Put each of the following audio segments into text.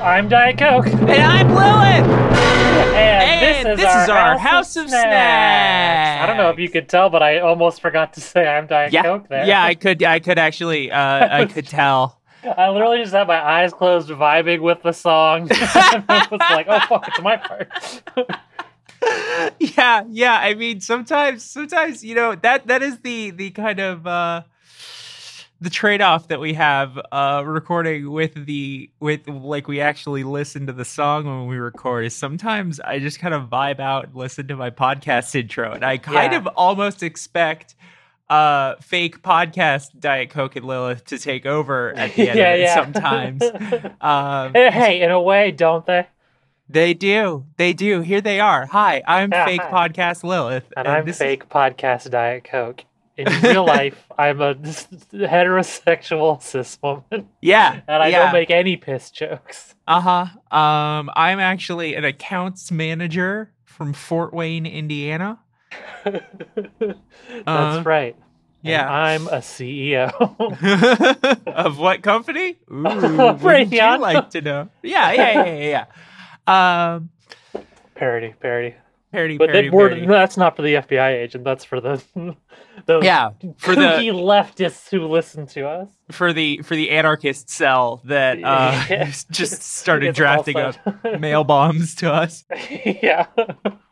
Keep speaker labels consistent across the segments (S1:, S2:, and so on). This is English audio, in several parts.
S1: I'm Diet Coke, and,
S2: And I'm Lilith! And
S1: this is our, House, of snacks. I don't know if you could tell, but I almost forgot to say I'm Diet
S2: Yeah,
S1: Coke there.
S2: yeah, I could, I could actually, uh, I could tell.
S1: I literally just had my eyes closed, vibing with the song. and I was like, oh fuck, it's my part.
S2: Yeah, yeah. I mean, sometimes, sometimes, you know, that that is the the kind of uh, the trade off that we have uh, recording with the with like we actually listen to the song when we record. Is sometimes I just kind of vibe out, and listen to my podcast intro, and I kind
S1: Yeah.
S2: of almost expect uh fake podcast diet coke and lilith to take over at the end
S1: Yeah,
S2: of it
S1: yeah.
S2: sometimes um
S1: hey, in a way, don't they?
S2: They do. They do. Here they are. Hi, I'm
S1: Yeah,
S2: fake
S1: hi.
S2: podcast Lilith.
S1: And, I'm
S2: this is-
S1: fake podcast Diet Coke. In real life, I'm a heterosexual cis woman,
S2: yeah.
S1: and I
S2: yeah.
S1: don't make any piss jokes.
S2: Uh-huh. Um, I'm actually an accounts manager from Fort Wayne, Indiana.
S1: That's
S2: Uh,
S1: right. And
S2: Yeah.
S1: I'm a E CEO.
S2: of what company? Ooh, would you
S1: Raytheon.
S2: like to know? Yeah, yeah, yeah, yeah, yeah. Um
S1: parody, parody.
S2: parody,
S1: But
S2: parody,
S1: that, we're,
S2: parody.
S1: that's not for the FBI agent. That's for the the
S2: yeah, for
S1: kooky
S2: the
S1: leftists who listen to us.
S2: for the for the anarchist cell that uh,
S1: Yeah.
S2: just started
S1: It's
S2: drafting up
S1: also-
S2: mail bombs to us.
S1: yeah.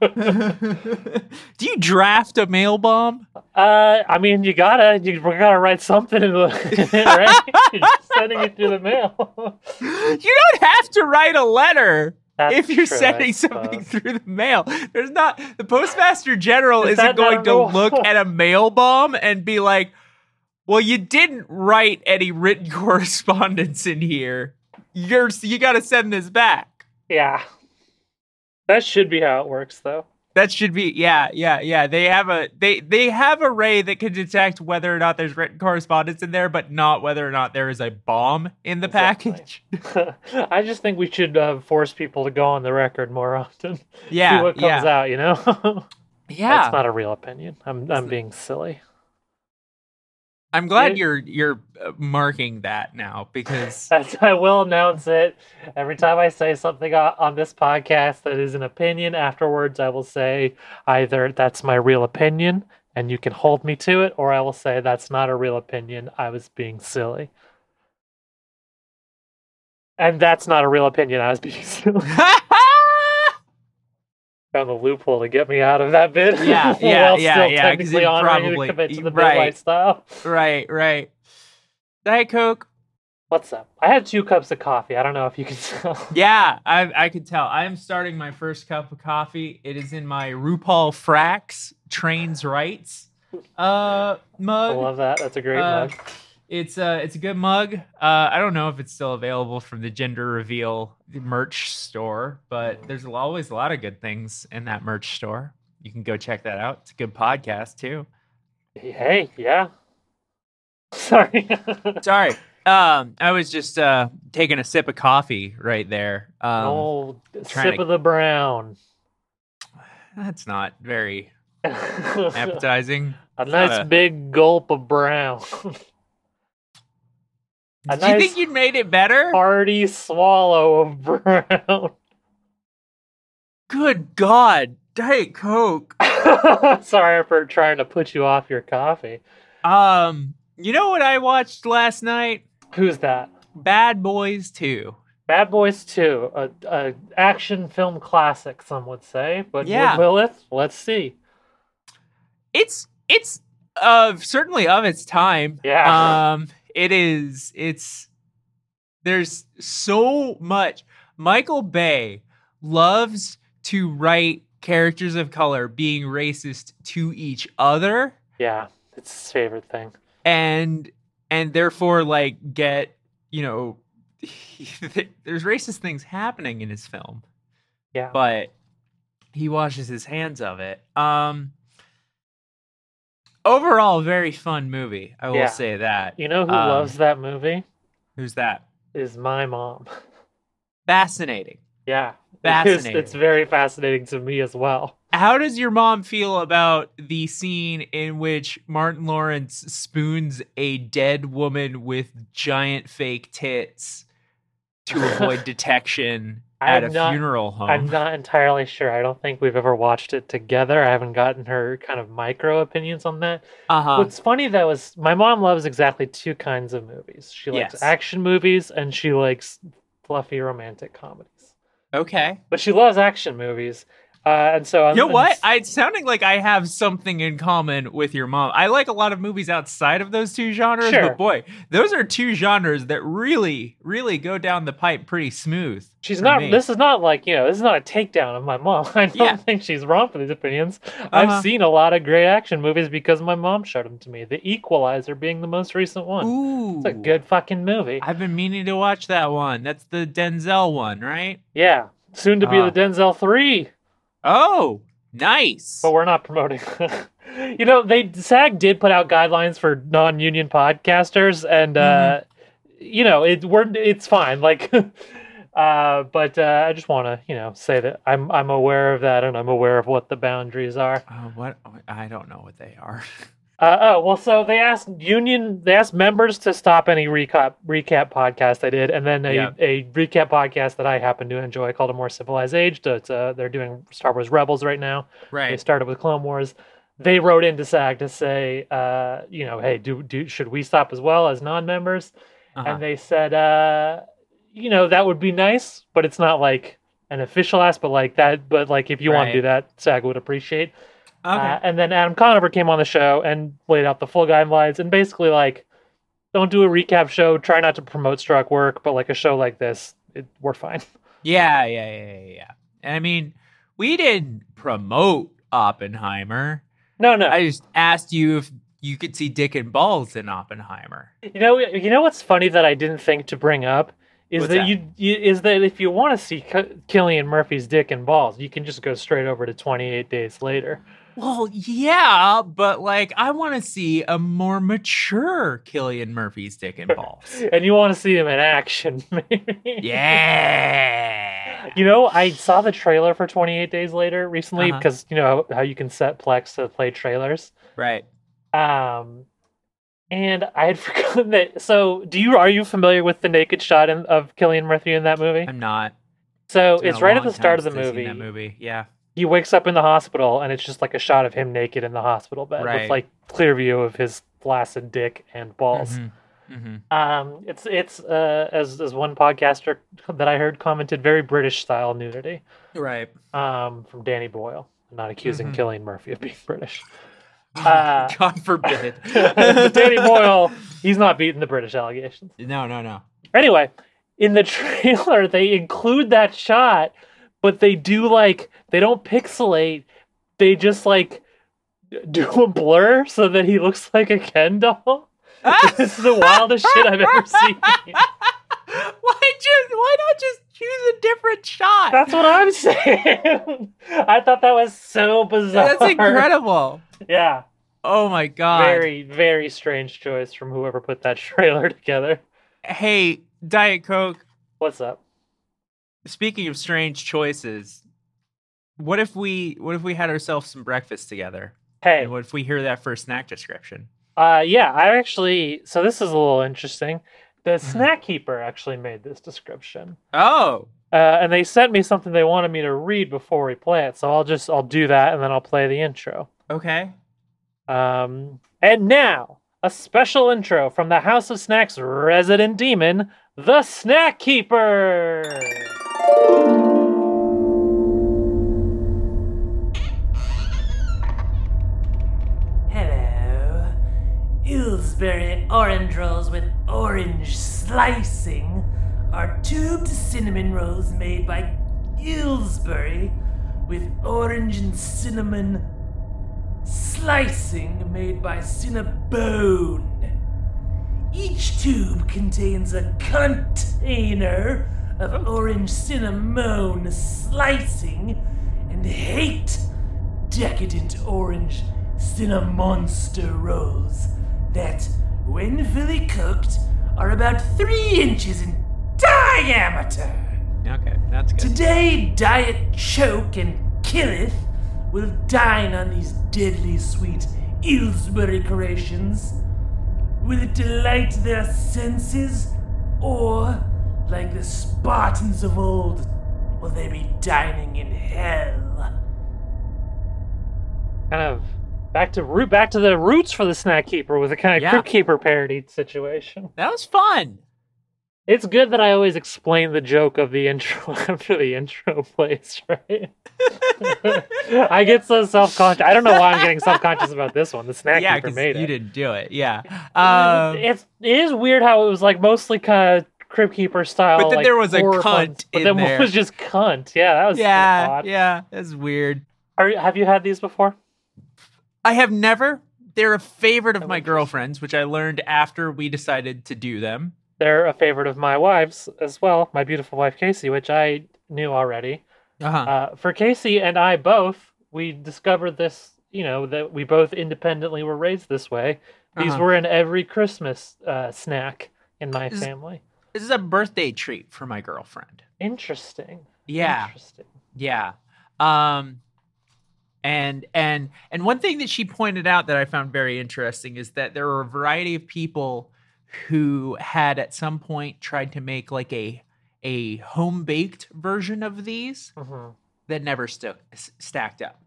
S2: Do you draft a mail bomb?
S1: Uh, I mean, you gotta you we gotta write something in the right. You're just sending it through the mail.
S2: You don't have to write a letter
S1: That's
S2: if you're
S1: true, I
S2: sending something
S1: suppose.
S2: through the mail. There's not the postmaster general
S1: Is
S2: is
S1: that
S2: not going
S1: not
S2: to
S1: rule?
S2: look at a mail bomb and be like, "Well, you didn't write any written correspondence in here. You're you got to send this back."
S1: Yeah. That should be how it works, though.
S2: That should be yeah, yeah, yeah. They have a they they have a ray that can detect whether or not there's written correspondence in there, but not whether or not there is a bomb in the
S1: Exactly.
S2: package.
S1: I just think we should uh, force people to go on the record more often.
S2: Yeah,
S1: See what comes
S2: yeah,
S1: out, you know.
S2: yeah.
S1: That's not a real opinion. I'm I'm being silly.
S2: I'm glad
S1: It-
S2: you're you're uh, marking that now because
S1: That's, I will announce it every time I say something o- on this podcast that is an opinion. Afterwards, I will say either that's my real opinion and you can hold me to it, or I will say that's not a real opinion. I was being silly. And that's not a real opinion. I was being silly. Found the loophole to get me out of that bit.
S2: Yeah, yeah,
S1: While
S2: yeah,
S1: still
S2: yeah, 'cause
S1: Technically,
S2: it
S1: honoring you to
S2: probably-
S1: commit to the
S2: right.
S1: right. lifestyle.
S2: right, right. Diet Coke.
S1: What's up? I had two cups of coffee. I don't know if you can tell.
S2: Yeah, I I could tell. I'm starting my first cup of coffee. It is in my RuPaul Frax Trains Rights uh
S1: I
S2: mug.
S1: love that. That's a great
S2: Uh,
S1: mug.
S2: It's uh it's a good mug. Uh I don't know if it's still available from the gender reveal merch store, but there's always a lot of good things in that merch store. You can go check that out. It's a good podcast too.
S1: Hey, yeah. Sorry.
S2: Sorry. Um I was just uh taking a sip of coffee right there. Um
S1: oh,
S2: trying
S1: sip
S2: to-
S1: of the brown.
S2: that's not very
S1: a
S2: appetizing.
S1: nice
S2: a-
S1: big gulp of brown. A
S2: Do you
S1: nice-
S2: think you'd made it better?
S1: Hearty swallow of brown.
S2: Good God, Diet Coke.
S1: Sorry for trying to put you off your coffee.
S2: Um, you know what I watched last night?
S1: Who's that?
S2: Bad Boys 2.
S1: Bad Boys 2, a, a action film classic, some would say. But
S2: Yeah.
S1: will it? Let's see.
S2: It's it's uh certainly of its time.
S1: Yeah.
S2: Um, it is it's there's so much. Michael Bay loves to write characters of color being racist to each other.
S1: Yeah, it's his favorite thing.
S2: and and therefore like get you know there's racist things happening in his film
S1: Yeah.
S2: but he washes his hands of it um overall very fun movie i will
S1: Yeah.
S2: say that
S1: You know who
S2: Um,
S1: loves that movie?
S2: who's that
S1: Is my mom.
S2: fascinating
S1: Yeah. It is-
S2: fascinating
S1: It's, very fascinating to me as well.
S2: how does your mom feel about the scene in which martin lawrence spoons a dead woman with giant fake tits to avoid detection
S1: I'm
S2: at a
S1: not-
S2: funeral home
S1: I'm not entirely sure. I don't think we've ever watched it together. I haven't gotten her kind of micro opinions on that.
S2: uh-huh
S1: What's funny though is my mom loves exactly two kinds of movies. She likes
S2: Yes.
S1: action movies and she likes fluffy romantic comedies.
S2: okay
S1: But she loves action movies. Uh, and so I'm
S2: you know
S1: I'm
S2: what
S1: s-
S2: I, it's sounding like i have something in common with your mom i like a lot of movies outside of those two genres
S1: Sure.
S2: but boy those are two genres that really really go down the pipe pretty smooth
S1: She's
S2: for
S1: not.
S2: me.
S1: This is not like you know. This is not a takedown of my mom. I don't
S2: Yeah.
S1: think she's wrong for these opinions. I've
S2: Uh-huh.
S1: seen a lot of great action movies because my mom showed them to me. The Equalizer being the most recent one.
S2: Ooh.
S1: It's a good fucking movie.
S2: I've been meaning to watch that one. That's the Denzel one, right?
S1: Yeah, soon to be
S2: Ah.
S1: the Denzel three,
S2: Oh, nice.
S1: but we're not promoting. you know, they SAG did put out guidelines for non-union podcasters, and uh,
S2: Mm-hmm.
S1: you know, it we're it's fine. Like. Uh, but uh, I just want to, you know, say that I'm I'm aware of that, and I'm aware of what the boundaries are.
S2: Uh, what? I don't know what they are.
S1: Uh, oh well, so they asked union, they asked members to stop any recap recap podcast they did, and then a,
S2: Yeah.
S1: a recap podcast that I happen to enjoy called A More Civilized Age. so It's, uh, they're doing Star Wars Rebels right now. They
S2: Right.
S1: started with Clone Wars. They wrote into SAG to say, uh, you know, hey, do do should we stop as well as non-members?
S2: Uh-huh.
S1: And they said, uh, you know, that would be nice, but it's not like an official ask, but like that, but like if you want to
S2: Right.
S1: do that, SAG would appreciate.
S2: okay.
S1: Uh, and then Adam Conover came on the show and laid out the full guidelines and basically like, don't do a recap show. Try not to promote struck work, but like a show like this, it, we're fine.
S2: yeah, yeah, yeah, yeah, yeah. And I mean, we didn't promote Oppenheimer.
S1: No, no.
S2: I just asked you if you could see dick and balls in Oppenheimer.
S1: you know, you know what's funny that I didn't think to bring up is
S2: What's
S1: that,
S2: that?
S1: You, you is that if you want to see K- Killian Murphy's dick and balls, you can just go straight over to 28 days later.
S2: Well, yeah, but like, I want to see a more mature Killian Murphy's dick and balls.
S1: And you want to see him in action, maybe.
S2: yeah.
S1: You know, I saw the trailer for 28 Days Later recently
S2: Uh-huh.
S1: because, you know, how you can set Plex to play trailers.
S2: Right.
S1: Um, and I had forgotten that. So, do you are you familiar with the naked shot in, of Killian Murphy in that movie?
S2: I'm not.
S1: so it's,
S2: been a
S1: right at
S2: long
S1: the start of
S2: time
S1: the
S2: since I've seen
S1: movie.
S2: That movie, yeah,
S1: He wakes up in the hospital, and it's just like a shot of him naked in the hospital bed with
S2: Right.
S1: like clear view of his flaccid dick and balls.
S2: Mhm. Mhm.
S1: Um, it's it's uh, as as one podcaster that I heard commented, very British style nudity
S2: right.
S1: um, from Danny Boyle. I'm not accusing
S2: Mhm.
S1: Killian Murphy of being British.
S2: Oh
S1: Uh,
S2: God forbid.
S1: but Danny Boyle, he's not beating the British allegations.
S2: No, no, no.
S1: Anyway, in the trailer, they include that shot, but they do like, they don't pixelate. They just like do a blur so that he looks like a Ken doll.
S2: Ah!
S1: this is the wildest shit I've ever seen.
S2: why just? Why not just choose a different shot?
S1: That's what I'm saying. I thought that was so bizarre.
S2: That's incredible.
S1: Yeah.
S2: Oh my god.
S1: Very, very strange choice from whoever put that trailer together.
S2: Hey, Diet Coke.
S1: What's up?
S2: Speaking of strange choices, what if we what if we had ourselves some breakfast together?
S1: Hey,
S2: And what if we hear that first snack description?
S1: uh, yeah, I actually. So this is a little interesting. The
S2: Mhm.
S1: snack keeper actually made this description,
S2: Oh,
S1: uh, and they sent me something they wanted me to read before we play it. So I'll just I'll do that, and then I'll play the intro.
S2: okay.
S1: Um, and now, a special intro from the House of Snacks resident demon, the Snack Keeper.
S3: Hello. Illsbury orange rolls with orange slicing are tubed cinnamon rolls made by Illsbury with orange and cinnamon slicing made by Cinnabone. Each tube contains a container of orange cinnamon slicing and hate decadent orange cinnamonster rolls that, when fully cooked, are about three inches in diameter.
S2: Okay, that's good.
S3: Today, Diet Choke and Killeth will dine on these deadly sweet Illsbury creations. Will it delight their senses, or, like the Spartans of old, will they be dining in hell?
S1: Kind of back to root, back to the roots for the Snack Keeper with a kind of
S2: Yeah.
S1: Crypt Keeper parody situation.
S2: That was fun.
S1: It's good that I always explain the joke of the intro after the intro plays, right? I get so self conscious. I don't know why I'm getting self conscious about this one. The Snack
S2: yeah,
S1: Keeper
S2: 'cause
S1: made it.
S2: you didn't do it. Yeah.
S1: Uh,
S2: Um,
S1: it's it is weird how it was like mostly kind of crib keeper style.
S2: But then
S1: like,
S2: there was a
S1: horror puns,
S2: cunt
S1: But
S2: in
S1: then
S2: there.
S1: one was just cunt. Yeah, that was yeah.
S2: yeah,
S1: Odd.
S2: yeah. That's weird.
S1: Are, you- have you had these before?
S2: I have never. They're a favorite of my
S1: interesting.
S2: girlfriend's, which I learned after we decided to do them.
S1: They're a favorite of my wife's as well. My beautiful wife Casey, which I knew already.
S2: Uh-huh.
S1: Uh, for Casey and I both, we discovered this. You know that we both independently were raised this way. These
S2: Uh-huh.
S1: were in every Christmas uh, snack in my
S2: Is-
S1: family.
S2: This is a birthday treat for my girlfriend.
S1: Interesting.
S2: Yeah.
S1: Interesting.
S2: Yeah. Um and and and one thing that she pointed out that I found very interesting is that there were a variety of people who had at some point tried to make like a a home baked version of these
S1: Mhm.
S2: that never stuck s- stacked up.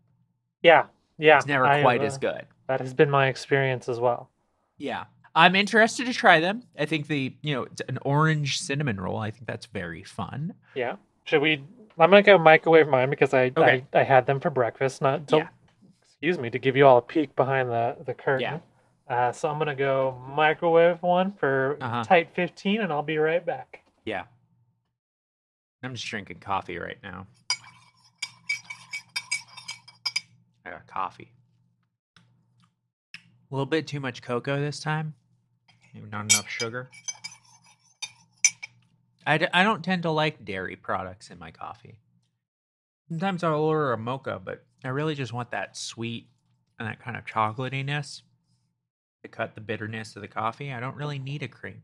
S1: Yeah. Yeah.
S2: It's never
S1: I,
S2: quite
S1: uh,
S2: as good.
S1: That has been my experience as well.
S2: Yeah. I'm interested to try them. I think the, you know, it's an orange cinnamon roll. I think that's very fun.
S1: Yeah. Should we? I'm gonna go microwave mine because I
S2: Okay.
S1: I, I had them for breakfast. Not to,
S2: Yeah.
S1: excuse me to give you all a peek behind the the curtain. Yeah. Uh, so I'm gonna go microwave one for
S2: Uh-huh.
S1: tight 15, and I'll be right back.
S2: Yeah. I'm just drinking coffee right now. I got coffee. A little bit too much cocoa this time. Maybe not enough sugar. I, d- I don't tend to like dairy products in my coffee. Sometimes I'll order a mocha, but I really just want that sweet and that kind of chocolatiness to cut the bitterness of the coffee. I don't really need a cream.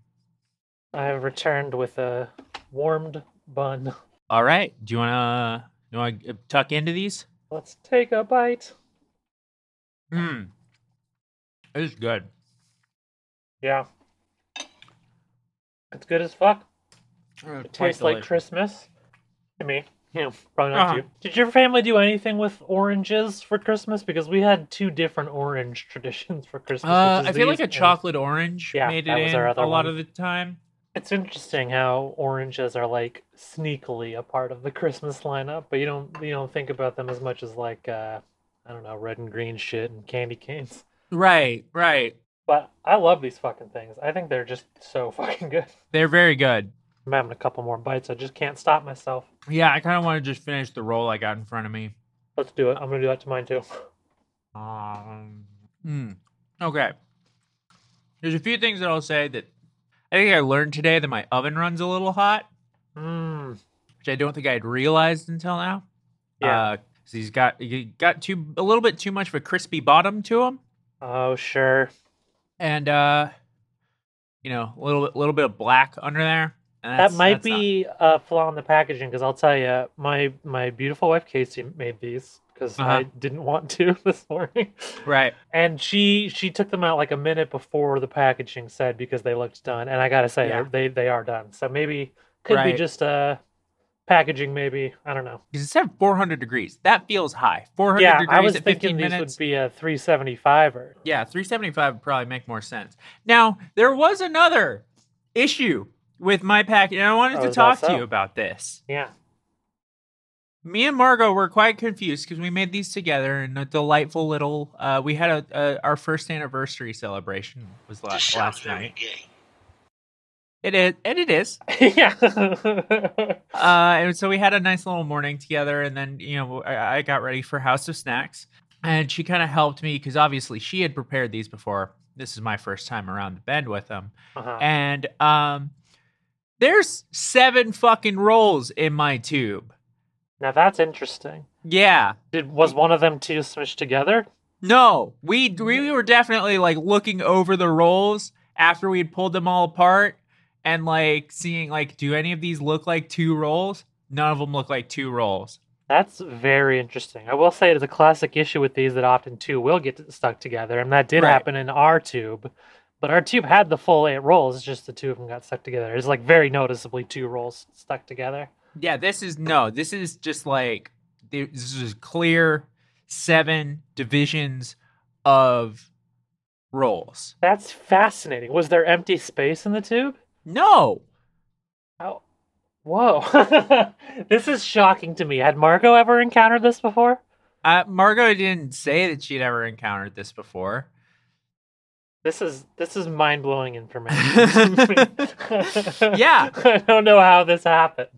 S1: I have returned with a warmed bun.
S2: All right. Do you wanna you wanna uh, tuck into these?
S1: Let's take a bite.
S2: Mm. It's good.
S1: Yeah. It's good as fuck.
S2: It
S1: It tastes like Christmas to me. Yeah, probably not
S2: Uh-huh.
S1: to you. Did your family do anything with oranges for Christmas? Because we had two different orange traditions for Christmas.
S2: Uh,
S1: which
S2: I
S1: is
S2: feel like
S1: these
S2: a
S1: and-
S2: chocolate orange
S1: Yeah,
S2: made it
S1: that was
S2: in
S1: our
S2: a
S1: other
S2: lot
S1: one.
S2: of the time.
S1: It's interesting how oranges are like sneakily a part of the Christmas lineup, but you don't you don't think about them as much as like uh, I don't know red and green shit and candy canes.
S2: Right, right.
S1: But I love these fucking things. I think they're just so fucking good.
S2: They're very good.
S1: I'm having a couple more bites. I just can't stop myself.
S2: Yeah, I kind of want to just finish the roll I got in front of me.
S1: Let's do it. I'm gonna do that to mine too.
S2: Um, mm. Okay. hmm. There's a few things that I'll say that I think I learned today that my oven runs a little hot,
S1: Mm,
S2: which I don't think I had realized until now.
S1: Yeah.
S2: Uh, 'cause he's got he got too a little bit too much of a crispy bottom to him,
S1: oh sure.
S2: and uh, you know, a little bit, little bit of black under there. and
S1: That
S2: that's-
S1: might
S2: that's not-
S1: be a flaw in the packaging because I'll tell you, my my beautiful wife Casey made these because I
S2: Uh-huh.
S1: didn't want to this morning,
S2: right.
S1: and she she took them out like a minute before the packaging said because they looked done, and I gotta say
S2: Yeah.
S1: they're they they are done. So maybe could
S2: Right.
S1: be just uh packaging. Maybe I don't know.
S2: Because it said 400 degrees. That feels high. 400
S1: Yeah,
S2: degrees
S1: I was
S2: at
S1: thinking
S2: 15
S1: these
S2: minutes.
S1: would be a three seventy five or
S2: Yeah, 375 would probably make more sense. Now, there was another issue with my package, and I wanted
S1: Oh,
S2: to
S1: is that
S2: talk to
S1: so?
S2: you about this.
S1: yeah.
S2: Me and Margot were quite confused because we made these together in a delightful little. Uh, we had a, a our first anniversary celebration was la-
S4: This sounds
S2: last
S4: very
S2: night.
S4: gay.
S2: It is, and it is.
S1: yeah.
S2: Uh, and so we had a nice little morning together, and then you know I, I got ready for House of Snacks, and she kind of helped me because obviously she had prepared these before. This is my first time around the bend with them,
S1: uh-huh.
S2: and um, there's seven fucking rolls in my tube.
S1: Now that's interesting.
S2: Yeah,
S1: Did was one of them two smushed together?
S2: no, we we were definitely like looking over the rolls after we'd pulled them all apart, and like seeing like, do any of these look like two rolls? None of them look like two rolls.
S1: That's very interesting. I will say it is a classic issue with these that often two will get stuck together, and that did
S2: Right.
S1: happen in our tube. But our tube had the full eight rolls; it's just the two of them got stuck together. It's like very noticeably two rolls stuck together.
S2: Yeah, this is no. This is just like there- this is clear seven divisions of roles.
S1: That's fascinating. Was there empty space in the tube?
S2: No,
S1: Oh, whoa! this is shocking to me. Had Marco ever encountered this before?
S2: uh, Margot didn't say that she'd ever encountered this before.
S1: This is this is mind blowing information.
S2: Yeah.
S1: I don't know how this happens.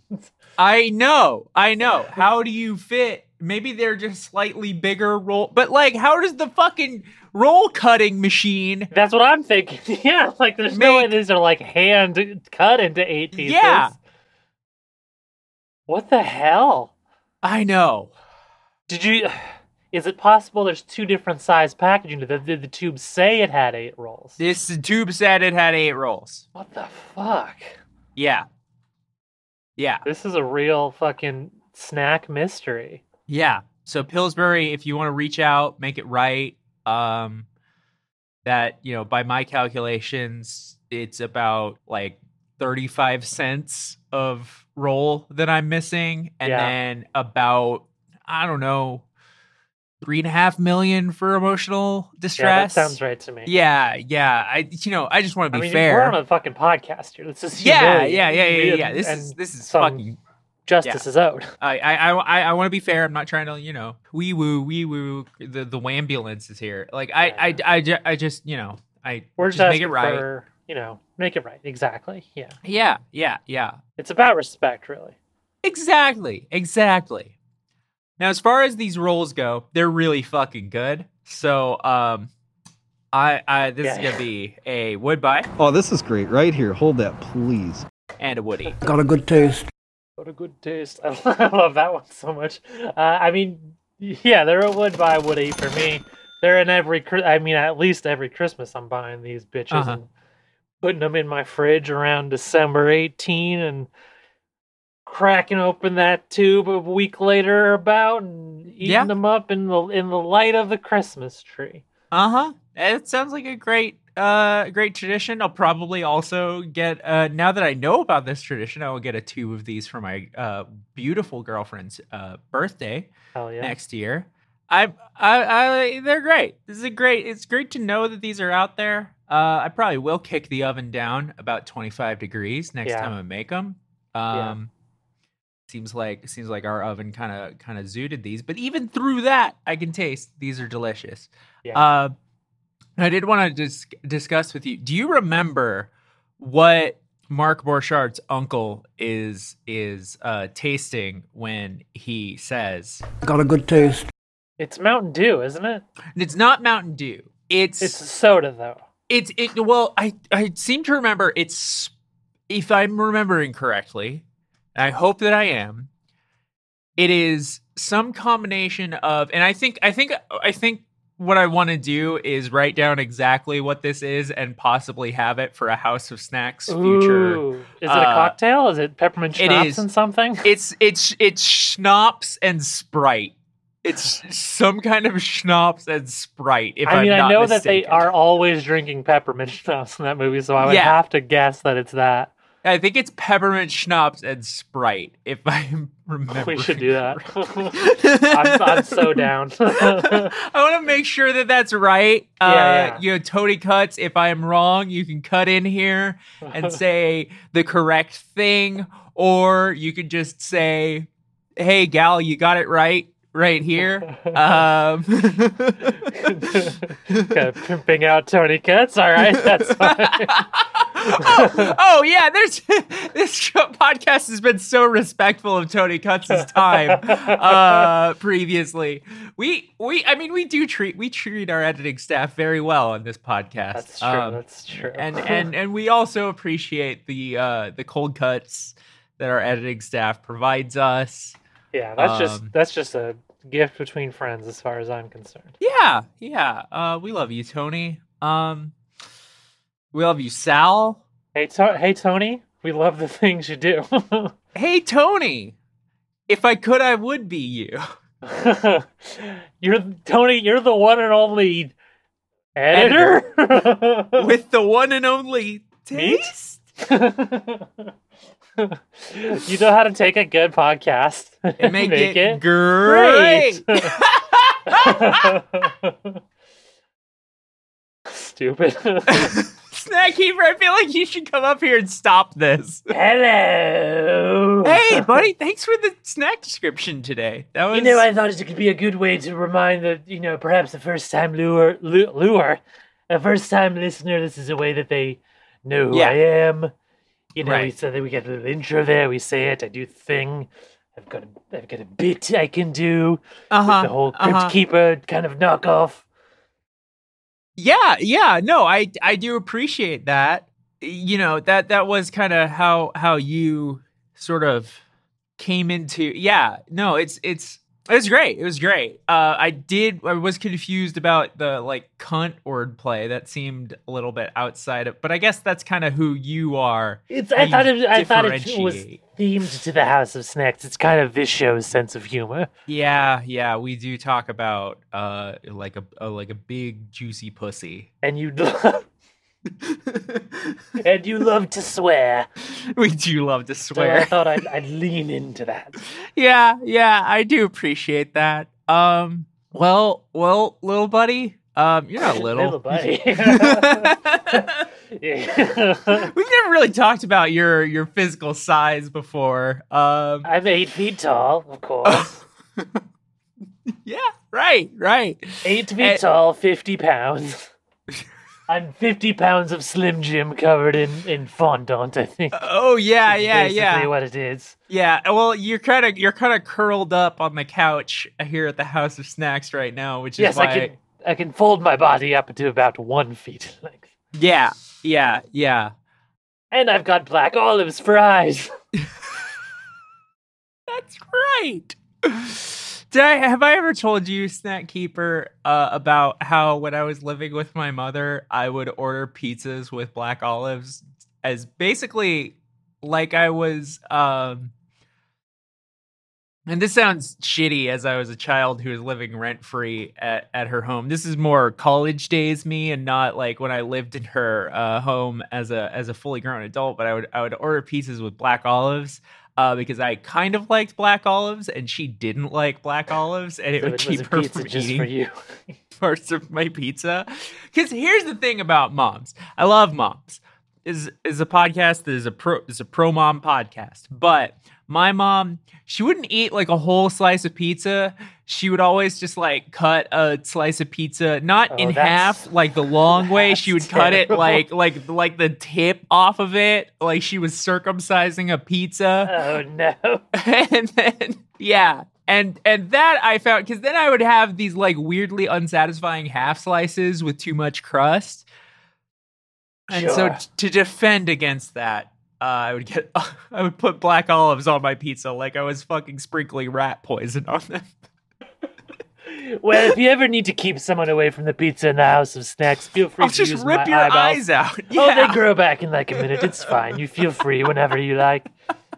S2: I know, I know. How do you fit? Maybe they're just slightly bigger roll, but like, how does the fucking roll cutting machine?
S1: That's what I'm thinking. Yeah, like there's no way
S2: Make-
S1: these are like hand cut into eight pieces.
S2: Yeah.
S1: What the hell?
S2: I know.
S1: Did you? Is it possible there's two different size packaging? Did the, did the tube say it had eight rolls?
S2: This tube said it had eight rolls.
S1: What the fuck?
S2: Yeah, yeah.
S1: This is a real fucking snack mystery.
S2: Yeah. So Pillsbury, if you want to reach out, make it right. Um that, you know, by my calculations, it's about like 35 cents of roll that I'm missing. And
S1: Yeah.
S2: then about, I don't know, three and a half million for emotional
S1: Yeah, that
S2: distress.
S1: sounds right to me.
S2: Yeah, yeah. I you know, I just want to
S1: I
S2: be
S1: mean,
S2: fair.
S1: we're on a fucking podcast here. This is
S2: yeah,
S1: humiliating.
S2: yeah, yeah, yeah, yeah. This
S1: And
S2: is this is
S1: some
S2: fucking
S1: justice is owed.
S2: I I I, I want to be fair. I'm not trying to you know wee woo wee woo. The the wambulance is here. Like I I I, ju- I just you know I
S1: We're
S2: just
S1: just
S2: make it
S1: asking
S2: right.
S1: for you know make it right. Exactly. Yeah.
S2: Yeah yeah yeah.
S1: It's about respect, really.
S2: Exactly exactly. Now as far as these rolls go, they're really fucking good. So um, I I this is
S1: Yeah.
S2: gonna be a Woodbye
S5: Oh, this is great right here. Hold that, please.
S2: and a Woody.
S6: Got a good taste.
S1: What a good taste. I love that one so much. Uh, I mean, yeah, they're a would buy, would eat for me. They're in every, Chri- I mean, at least every Christmas I'm buying these bitches
S2: Uh-huh.
S1: and putting them in my fridge around December 18 and cracking open that tube a week later or about and eating
S2: Yeah.
S1: them up in the in the light of the Christmas tree.
S2: Uh huh. It sounds like a great uh great tradition. I'll probably also get uh now that I know about this tradition, I will get a two of these for my uh beautiful girlfriend's uh birthday
S1: Hell yeah.
S2: next year. I I I they're great. This is a great it's great to know that these are out there. Uh I probably will kick the oven down about 25 degrees next
S1: Yeah.
S2: time I make them. Um seems like seems like our oven kind of kind of zooted these, but even through that I can taste these are delicious.
S1: Yeah.
S2: Uh, I did want to dis- discuss with you. Do you remember what Mark Borchardt's uncle is is uh, tasting when he says
S6: Got a good taste.
S1: it's Mountain Dew, isn't it?
S2: it's not Mountain Dew? It's
S1: It's a soda though.
S2: It's it. Well, I I seem to remember it's if I'm remembering correctly, and I hope that I am. It is some combination of, and I think I think I think what I want to do is write down exactly what this is and possibly have it for a House of Snacks future.
S1: Ooh. Is it a
S2: uh,
S1: cocktail? Is it peppermint
S2: it
S1: schnapps
S2: is.
S1: and something?
S2: It's it's it's schnapps and sprite. It's some kind of schnapps and sprite. If
S1: I mean,
S2: am
S1: I
S2: not
S1: know that they
S2: mistaken.
S1: are always drinking peppermint schnapps in that movie, so I would
S2: Yeah.
S1: have to guess that it's that.
S2: I think it's peppermint schnapps and sprite. If I remember,
S1: We should do that. I'm, I'm so down.
S2: I want to make sure that that's right.
S1: Yeah,
S2: uh,
S1: yeah.
S2: You know, Tony cuts. If I am wrong, you can cut in here and say the correct thing, or you could just say, "Hey, gal, you got it right right here." Um,
S1: okay, pimping out Tony Cuts. All right, that's fine.
S2: oh, oh, yeah, there's this podcast has been so respectful of Tony Cutz's time uh, previously. We we I mean we do treat we treat our editing staff very well on this podcast.
S1: That's true.
S2: Um,
S1: that's true.
S2: and and and we also appreciate the uh, the cold cuts that our editing staff provides us.
S1: yeah, that's
S2: um,
S1: just that's just a gift between friends, as far as I'm concerned.
S2: Yeah, yeah. Uh, we love you, Tony. Um, we love you, Sal.
S1: Hey, to- hey, Tony, we love the things you do.
S2: Hey, Tony. If I could, I would be you.
S1: you're Tony. You're the one and only editor.
S2: with the one and only
S1: Meat?
S2: taste.
S1: you know how to take a good podcast
S2: And make, it,
S1: great.
S2: great.
S1: Stupid.
S2: Snackkeeper, I feel like you should come up here and stop this.
S3: Hello.
S2: Hey, buddy, thanks for the snack description today. That was
S3: You know, I thought it could be a good way to remind the, you know, perhaps the first time lure, lu- lure, a first time listener, this is a way that they know who
S2: Yeah.
S3: I am. You know,
S2: Right.
S3: so that we get a little intro there, we say it, I do the thing. I've got a, I've got a bit I can do.
S2: uh-huh,
S3: the whole Crypt
S2: uh-huh.
S3: Keeper kind of knockoff.
S2: Yeah, yeah, no, I I do appreciate that. You know that that was kind of how how you sort of came into. Yeah, no, it's it's it was great. It was great. Uh, I did. I was confused about the like cunt wordplay. That seemed a little bit outside of, but I guess that's kind of who you are.
S3: It's I
S2: You
S3: thought it, I thought it was
S2: differentiate.
S3: themed to the House of Snacks. It's kind of this show's sense of humor.
S2: Yeah, yeah. We do talk about uh like a, a like a big juicy pussy.
S3: And you love and you love to swear.
S2: we do love to
S3: So I
S2: swear.
S3: thought I'd, I'd lean into that.
S2: yeah, yeah, I do appreciate that. Um, well, well, little buddy, um, you're not little.
S3: Little buddy. Yeah.
S2: We've never really talked about your your physical size before. Um,
S3: I'm eight feet tall, of course.
S2: yeah, right, right.
S3: Eight feet
S2: Eh.
S3: tall, fifty pounds. I'm fifty pounds of Slim Jim covered in, in fondant. I think.
S2: Oh yeah,
S3: is
S2: yeah,
S3: basically
S2: yeah,
S3: What it is.
S2: yeah. Well, you're kind of you're kind of curled up on the couch here at the House of Snacks right now, which is
S3: Yes,
S2: why.
S3: I can. I can fold my body up to about one feet in length.
S2: Yeah, yeah, yeah.
S3: And I've got black olives for eyes.
S2: That's right. Did I have I ever told you, Snack Keeper, uh, about how when I was living with my mother, I would order pizzas with black olives as basically like I was um and this sounds shitty as I was a child who was living rent free at, at her home. This is more college days me and not like when I lived in her uh, home as a as a fully grown adult, but I would I would order pizzas with black olives uh, because I kind of liked black olives and she didn't like black olives and it
S3: So
S2: would
S3: it was
S2: keep
S3: a
S2: her
S3: pizza
S2: from
S3: just
S2: eating
S3: for you.
S2: parts of my pizza. Because here's the thing about moms. I love moms. Is is a podcast that is a pro is a pro mom podcast. But my mom, she wouldn't eat like a whole slice of pizza. She would always just like cut a slice of pizza, not
S3: Oh,
S2: in
S3: that's-
S2: half, like the long way.
S3: that's
S2: She would cut it
S3: terrible.
S2: like like like the tip off of it, like she was circumcising a pizza
S3: oh no.
S2: and then yeah and and that i found because then i would have these like weirdly unsatisfying half slices with too much crust And so
S1: Sure.
S2: t- to defend against that, uh, I would get I would put black olives on my pizza like I was fucking sprinkling rat poison on them.
S1: Well, if you ever need to keep someone away from the pizza in the house of snacks, feel free
S2: I'll
S1: to
S2: just
S1: use
S2: rip
S1: my
S2: your
S1: eyeballs.
S2: eyes out.
S1: Oh,
S2: Yeah.
S1: they grow back in like a minute. It's fine. You feel free whenever you like.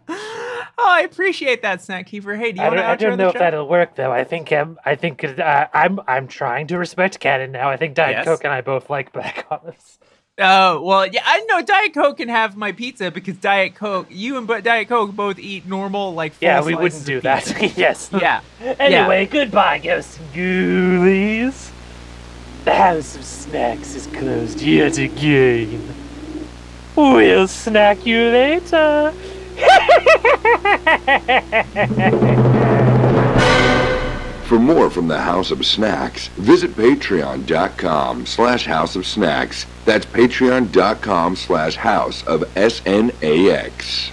S2: oh, I appreciate that, snack keeper. Hey, do you
S1: I
S2: want
S1: don't,
S2: to
S1: I
S2: outro
S1: don't know
S2: the
S1: if
S2: show?
S1: that'll work though. I think um, I think uh, I'm I'm trying to respect Canon now. I think Diet
S2: Yes.
S1: Coke and I both like black olives.
S2: Oh well, yeah, I know Diet Coke can have my pizza because Diet Coke, you and but Diet Coke both eat normal like. Full
S1: Yeah, we
S2: slices
S1: wouldn't
S2: of
S1: do
S2: pizza.
S1: that. yes.
S2: yeah,
S1: Anyway, goodbye, ghosts and ghoulies. The house of snacks is closed yet again. We'll snack you later.
S7: For more from the House of Snacks, visit patreon.com slash house of snacks. That's patreon.com slash house of S-N-A-X.